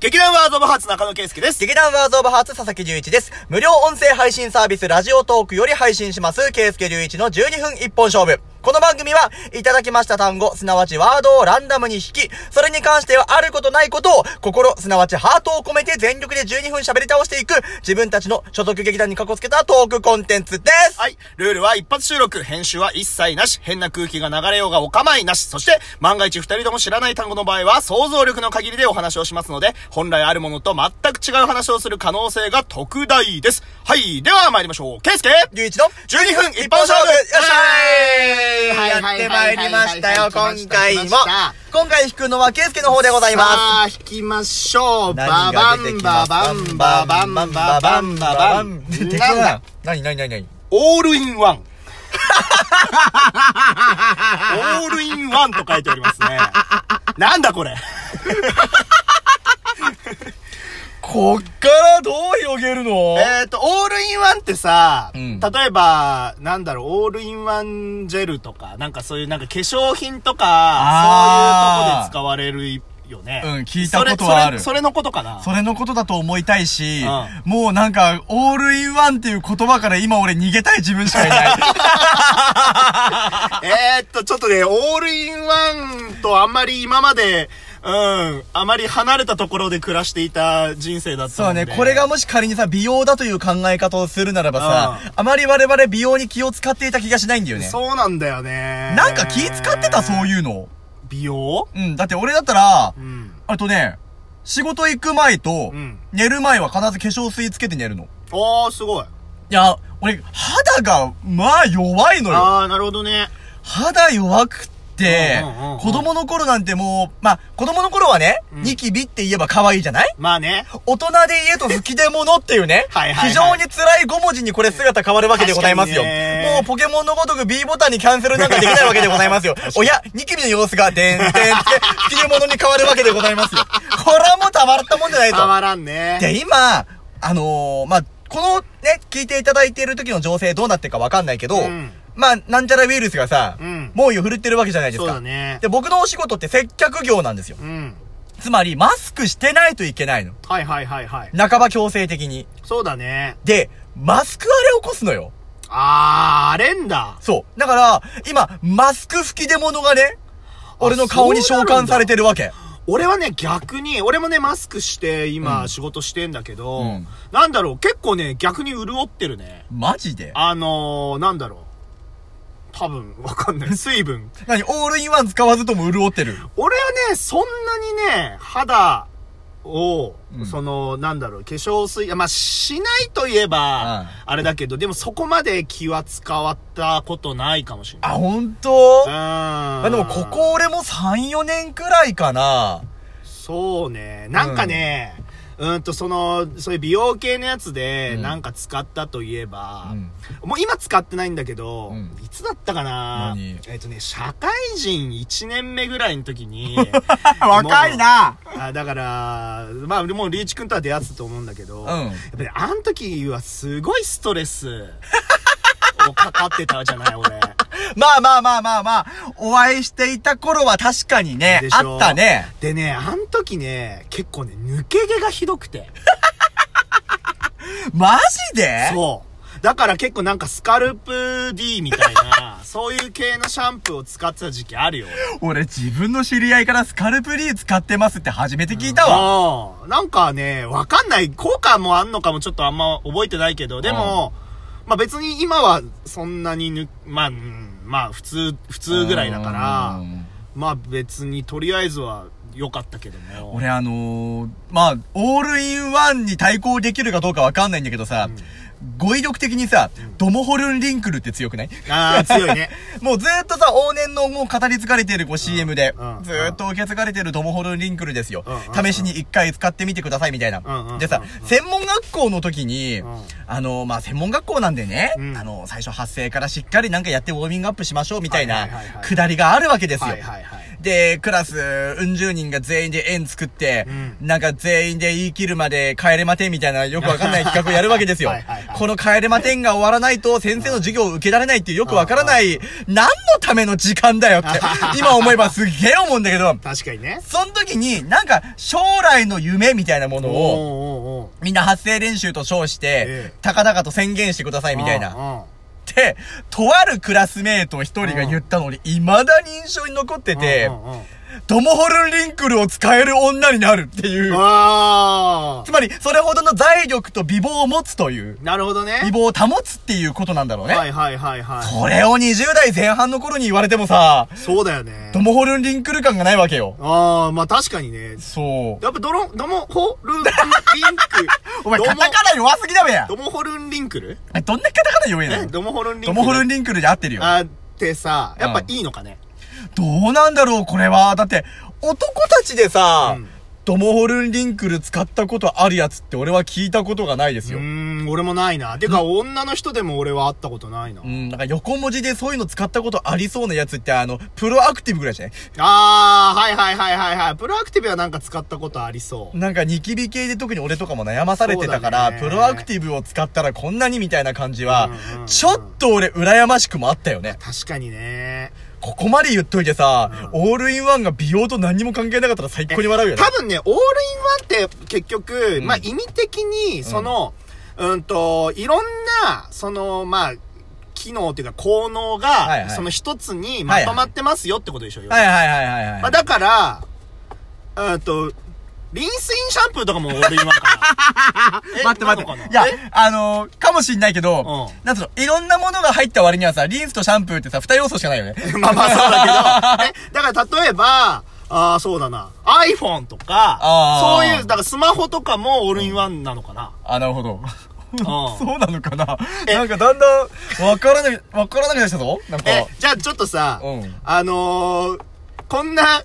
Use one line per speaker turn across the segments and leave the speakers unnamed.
劇団ワードオブハーツ中野圭介です。
劇団ワーズオブハーツ佐々木隆一です。無料音声配信サービスラジオトークより配信します、圭介隆一の12分一本勝負。この番組は、いただきました単語、すなわちワードをランダムに引き、それに関してはあることないことを、心、すなわちハートを込めて全力で12分喋り倒していく、自分たちの所属劇団にこつけたトークコンテンツです。
はい。ルールは一発収録、編集は一切なし、変な空気が流れようがお構いなし、そして万が一二人とも知らない単語の場合は想像力の限りでお話をしますので、本来あるものと全く違う話をする可能性が特大です。はい。では参りましょう。圭介
隆一の
12分一本勝負
よっしゃー、
はい
やってまいりましたよ、
はいはいはいはい
今回
来ま
も
した来ま。
今回弾くのは、圭介の方でございます。
さあ、引きましょう。バ
何
バ
が出
ン
てき
バ
ます
バンババンババンバンババン。
出てこ
なん
ない
だ。
何何何何
オールインワン。オールインワンと書いておりますね。なんだこれ。
こっからどう広げるの
えっと、オールインワンってさ、
うん
例えば、なんだろう、オールインワンジェルとか、なんかそういうなんか化粧品とか、そういうとこで
あー
使われるよね。
うん聞いたことはあ
それ、そ
る
れそれのことかな。
それのことだと思いたいし、
う
もうなんか、オールインワンっていう言葉から今俺逃げたい自分しかいない。
えー、っと、ちょっとね、オールインワンとあんまり今まで、うん、あまり離れたところで暮らしていた人生だった
そう
ので。
ね、これがもし仮にさ、美容だという考え方をするならば
う
さ、あまり我々美容に気を使っていた気がしないんだよね。
そうなんだよね。
なんか気使ってたそう
う。
いうの。
美容
うん、だって俺だったら
う、ん。
あとね、仕事行く前と
うん、
寝る前は必ず化粧水つけて寝るの。
おー、すごい。
いや、俺、肌が、まあ弱いのよ。
あー、なるほどね。
肌弱くって
うんうんうんうん、
子供の頃なんてもう、まあ、子供の頃はね、
うん
ニキビって言えば可愛いじゃない
まあね。
大人で言えと吹き出物っていうね
はいはいはい
非常に辛い5文字にこれ姿変わるわけでございますよ。
確
も
かにね
うポケモンのごとく B ボタンにキャンセルなんかできないわけでござい ますよ。おや、ニキビの様子が、でんてんって、 吹き出物に変わるわけでございますよ。これはもうたまったもんじゃないと。
たまらんね。
で、今、あのーまあ、このね、聞いていただいている時の情勢どうなってるかわかんないけど、
ん
まあ、なんちゃらウイルスがさ、
うん。
猛威を振るってるわけじゃないです
そう
か。
だね。
で、僕のお仕事って接客業なんですよ。
うん。
つまり、マスクしてないといけないの。
はいはいはいはい。
半ば強制的に。
そうだね。
で、マスク荒れ起こすのよ。
あー、あれんだ。
そう。だから、今、マスク吹き出物がね、俺の顔に召喚されてるわけ。
俺はね、逆に、俺もね、マスクして今仕事してんだけど、
うん
なんだろう、結構ね、逆に潤ってるね。
マジで
あのー、なんだろう。多分、わかんない。水分。
何オールインワン使わずとも潤ってる。
俺はね、そんなにね、肌を、
うん
その、なんだろう、化粧水、あまあ、しないといえば、あれだけど、でもそこまで気は使わったことないかもしれない。
あ、ほんと
うん。
まあでもここ俺も3、4年くらいかな。
そうね。なんかね、うん、と、その、そういう美容系のやつで、
うん
なんか使ったといえば、
うん
もう今使ってないんだけど、
うん
いつだったかな
何
えっ、とね、社会人1年目ぐらいの時に、
若いな
あだから、まあ、もう、リーチ君とは出会ってたと思うんだけど、
うん
やっぱり、あの時はすごいストレスをかかってたじゃない、俺。
まあまあまあまあまあ、お会いしていた頃は確かにね
で、し
あ
ょ
ったね。
でね、あの時ね、結構ね、抜け毛がひどくて。
マジで
そう。だから結構なんかスカルプ D みたいな、そういう系のシャンプーを使ってた時期あるよ。
俺自分の知り合いからスカルプリー使ってますって初めて聞いたわ。
ああ、なんかね、わかんない。効果もあんのかもちょっとあんま覚えてないけど、でも、まあ別に今はそんなにぬ、まあ、うんまあ普通、普通ぐらいだから
う、ん
まあ別にとりあえずは良かったけども。
俺あのー、まあ、オールインワンに対抗できるかどうかわかんないんだけどさ、語彙力的にさ、ドモホルンリンクルって強くない
ああ、強いね。
もうずーっとさ、往年のもう語り継がれてるこう CM で
うんう、ん
ずーっと受け継がれてるドモホルンリンクルですよ
うんうんう。ん
試しに一回使ってみてくださいみたい
うんうんう
な。
ん
でさ、専門学校の時に
ん、
あの、まあ、専門学校なんでね
う、ん
あの、最初発声からしっかりなんかやってウォーミングアップしましょうみたい
は
ない
はいはいはい
くだりがあるわけ ですよ
はい。はいはい。
で、クラス、うん十人が全員で円作って、
うん
なんか全員で言い切るまで帰れまてみたいなよくわかんない企画をやるわけですよ
はいはいは。い
この帰れま点が終わらないと先生の授業を受けられないっていうよくわからない、何のための時間だ よって、今思えばすげえ思うんだけど、
確かにね。
その時になんか将来の夢みたいなもの
お
を、
おうおう
みんな発声練習と称し
え
て
え、
高々と宣言してください
おう
みたいな。
な。
って、とあるクラスメイト一人が言ったのに、未だに印象に残ってて
うん、うんうん
トモホルンリンクルを使える女になるっていう。
あ
つまり、それほどの財力と美貌を持つという
あ。、なるほどね。
美貌を保つっていうことなんだろう
は
ね。
いはいはいはい。
これを20代前半の頃に言われてもさ、
そうだよね
ト。モホルンリンクル感がないわけよ。
ああ、まあ確かにね。
そう。
やっぱドロ、ドモホルンリンク。
お前、
ドモ
カタカナ弱すぎだべや
ドモホルンリンクル
えどんなカタカナ弱えな
え
い
ドモホルンリンク
ト
ル
モホルンリンクルで合ってるよ。
あーってさ、やっぱいいのかね。
どうなんだろう、これは。だって、男たちでさ、
うん
ドモホルンリンクル使ったことあるやつって俺は聞いたことがないです
う
よ。
ーん、俺もないな。てか、女の人でも俺は会ったことないな
う。ん、なんか横文字でそういうの使ったことありそうなやつって、あの、プロアクティブぐらいじゃない
ああ、はいはいはいはいはい。プロアクティブはなんか使ったことありそう。
なんかニキビ系で特に俺とかも悩まされてたから、
そうだね
プロアクティブを使ったらこんなにみたいな感じは
うんうんう、ん
ちょっと俺羨ましくもあったよね。
確かにね。
ここまで言っといてさ、オールインワンが美容と何にも関係なかったら最高に笑うよね
多。分ね、オールインワンって結局、
ん
まあ意味的に、その、うん、と、いろんな、その、まあ、機能っていうか効能が、
はいはい
その一つにまとまってますよってことでしょ、
はいはいはいはいはい。
まあだから、うんと、リンスインシャンプーとかもオールインワンか なえ
待って待っ
なのかな
て。いや、あのー、かもしんないけど、
う
なんつうの、いろんなものが入った割にはさ、リンスとシャンプーってさ、二要素しかないよ ね。
まあまあそうだけど、え、だから例えば、ああ、そうだな。iPhone とか、
あ
そう
ー
いう、だからスマホとかもオールインワンなのかな。
あ、なるほど。
う
そ
ん
うなのかな
え
なんかだんだん、わからない、わからなくなってきたぞなんか。
え、じゃあちょっとさ、
うん
あのー、こんな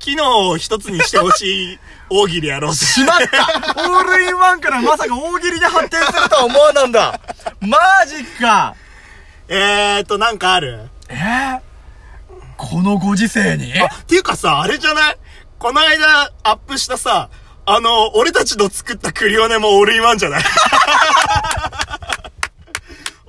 機能を一つにしてほし い大喜利やろうぜ。
しまったオールインワンからまさか大喜利で発展するとは思わなんだマジか
えーっと、なんかある
えーこのご時世に
あ、っていうかさ、あれじゃないこの間アップしたさ、あの、俺たちの作ったクリオネもオールインワンじゃ ない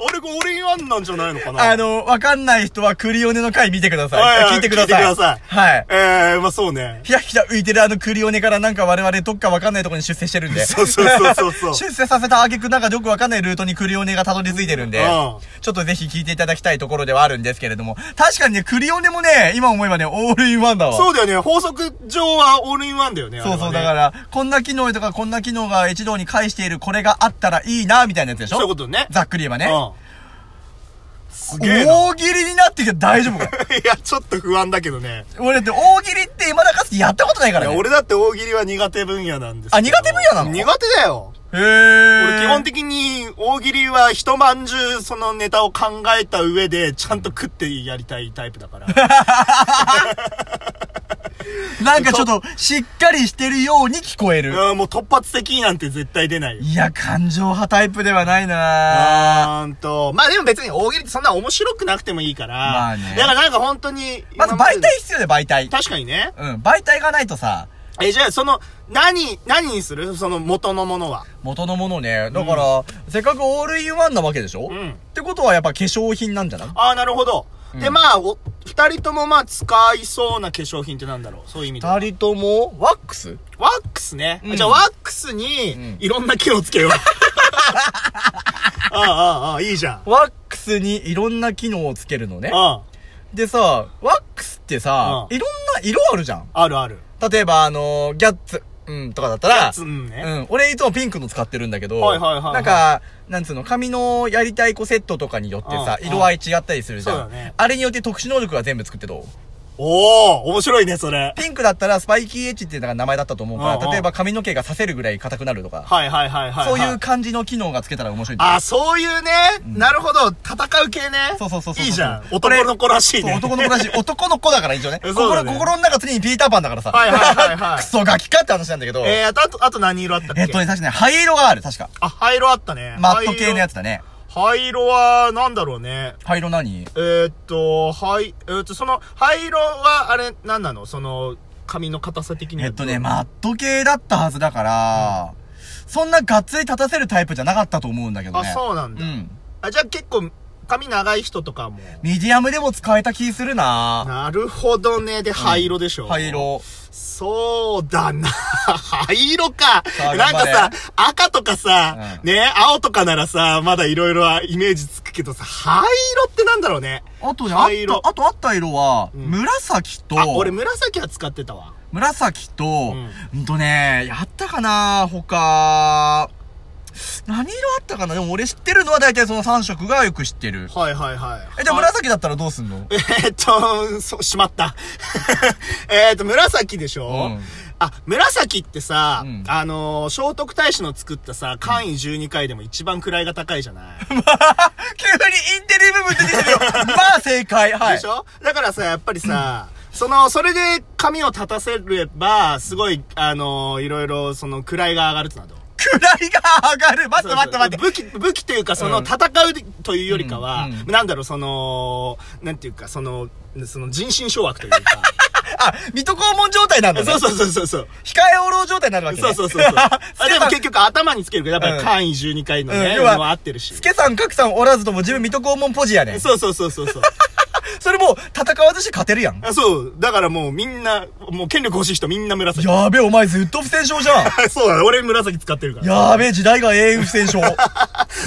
あれがオールインワンなんじゃないのかな
あの、わかんない人はクリオネの回見てくだ
はい
さ
はい
い。聞いてください。
聞いてください
はい。
ええまあそうね。
ひらひら浮いてるあのクリオネからなんか我々どっかわかんないところに出世してるんで。
そうそうそうそうそう
出世させた挙句なんかよくわかんないルートにクリオネがたどり着いてるんで、
うん
ちょっとぜひ聞いていただきたいところではあるんですけれども、確かにね、クリオネもね、今思えばね、オールインワンだわ。
そうだよね。法則上はオールインワンだよね。
そうそう、
あれ
だ
は
か
ね
ら、こんな機能とかこんな機能が一堂に会しているこれがあったらいいな、みたいなやつでしょ
そういうことね。
ざっくり言えばね。
うん。すげえな。
大喜利になってきて大丈夫 か
いや、ちょっと不安だけどね。
俺だって大喜利って今だかつてやったことないか
い
ら
や、
ね。
俺だって大喜利は苦手分野なんですけど
あ苦手分野なの
苦手だよ。
へー。
俺基本的に大喜利は一晩中そのネタを考えた上でちゃんと食ってやりたいタイプだから。
なんかちょっと、しっかりしてるように聞こえる。
うん、もう突発的なんて絶対出ない。
いや、感情派タイプではないなぁ。
あーんと、まあでも別に大喜利ってそんな面白くなくてもいいから。
まあね
だからなんか本当に。
まず媒体必要で媒体。
確かにね。
うん、媒体がないとさ、
え、じゃあその、何、何にするその元のものは。
元のものね。だから、せっかくオールインワンなわけでしょ
う
っ
ん。
てことはやっぱ化粧品なんじゃない
ああ、なるほど。
う
で、
ん
まあ、お、二人ともまあ使いそうな化粧品ってなんだろうそういう意味では。
二人とも、ワックス
ワックスね。
うん
じゃあワックス
うん
に、いろんな機能つ けよう。ああ、ああ、ああ、いいじゃん。
ワックスにいろんな機能をつけるのね。
あ
でさ、ワックスってさ、
う
いろんな色あるじゃん。
あ、あるある。
例えば、あのー、ギャッツ、うん、とかだったら、
つんね。
うん。俺いつもピンクの使ってるんだけど、
はいはいはいはい
なんか、なんつうの、髪のやりたい子セットとかによってさ、
うん
色合い違ったりするじゃん。
そうだね
あれによって特殊能力が全部作ってどう
おお面白いね、それ。
ピンクだったらスパイキーエッジっていうのが名前だったと思うから、
うんうん
例えば髪の毛が刺せるぐらい硬くなるとか、
はいはいはいはい。
そういう。感じの機能がつけたら面白いんだよ
あ、そういうね。なるほど。戦う系ね。
そうそうそうそう
いいじゃん。
これ
男の子らしい
そう
ね。
男の子だし、男の子だから一応 ね。
そうだ
心、
ね
心の中常にピーターパンだからさ。
はいはいはいはい
クソガキかって話なんだけど。え
えー、あとあと、あと何色あったっけ
っとね、確かね、灰色がある、確か。
あ、灰色あったね。
マット系のやつだ
灰
ね。
色。灰色は、なんだろうね。
灰色何
えー、っと、灰、えー、っと、その、灰色は、あれ、何なのその、髪の硬さ的には。
えっとね、マット系だったはずだから、そんながっつり立たせるタイプじゃなかったと思うんだけど
あ、
ね。
そうなんだ。
ん。
あ、じゃあ結構、髪長い人とかも。
ミディアムでも使えた気するな
なるほどね。で、灰色でしょ。
灰。色。
そうだな。 灰色か
さ。あ
なんか
頑張
さ、赤とかさ、
う
ね、青とかならさ、まだいろいろはイメージつくけどさ、灰色ってなんだろうね。
あとね、あ
灰色
った、あとあった色は、
ん
紫と、
あ、俺紫は使ってたわ。
紫と、
ん
うんとね、やったかな他、何色あったかなでも俺知ってるのは大体その3色がよく知ってる。
はいはいはい。
え、じゃあ
はい
紫だったらどうすんの
えーっと、そう、しまった。 えーっと、紫でしょ、
うん
あ、紫ってさ、
うん
あのー聖徳太子の作ったさ、簡易12回でも一番位が高いじゃない、
急にインテリ部分出てきたよ まあ正解 はい。
でしょだからさ、やっぱりさ、その、それで髪を立たせれば、すごい、あのーいろいろ、その、位が上がるってなど。
位が上がる待って待って待って
武器、武器というか、その、
うん
戦うというよりかは、
うんうん
なんだろう、その、なんていうか、その、その、人心掌握という か。
あ、水戸黄門状態なんだね。
そうそうそうそうそう。
控えおろう状態になるわけね。
そうそうそう そう。あ
助
で
さ
も
ん
結局頭につけるけど、やっぱ
うん
り簡易12回の
うん
ね、
要
の
は
は合ってるし
ス。ケさん、カクさんおらずとも自分水戸黄門ポジやねん。
そうそうそうそうそう。
それもう戦わずして勝てるやん。
あそう。だからもうみんな、もう権力欲しい人みんな紫。
やべえ、お前ずっと不戦勝じゃ ん。
そうだ、俺紫使ってるから。
やべえ、時代が永遠不戦 勝。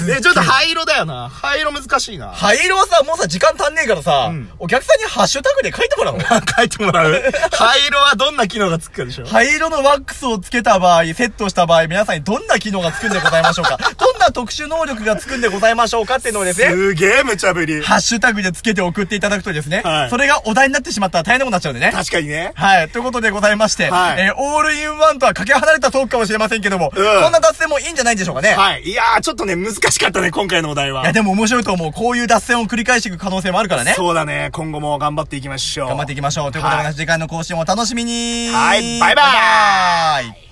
え、ちょっと灰色だよな。灰色難しいな。
灰色はさ、もうさ、時間足んねえからさ、
ん
お客さんにハッシュタグで書いても らおう。
書いてもらう灰色はどんな機能がつくかでしょ
灰色のワックスをつけた場合、セットした場合、皆さんにどんな機能がつくんでございましょうかどんな特殊能力がつくんでございましょうかっていうのをですね、
すげえ無茶ぶり。
ハッシュタグでつけて送っていただくとですね、
はい
それがお題になってしまったら大変なことになっちゃうんでね。
確かにね。
はい。ということでございまして、
はい
えーオールインワンとはかけ離れたトークかもしれませんけども、
うん
こんな脱線もいいんじゃないでしょうかね。い。
はい。いやー、ちょっとね、難しかったね、今回のお題は。
や、でも面白いと思う。こういう脱線を繰り返していく可能性もあるからね。
そうだね。今後も頑張っていきましょう。
頑張っていきましょう。ということで、
はい
次回の更新をお楽しみに
はいバイバーイ
バイバーイ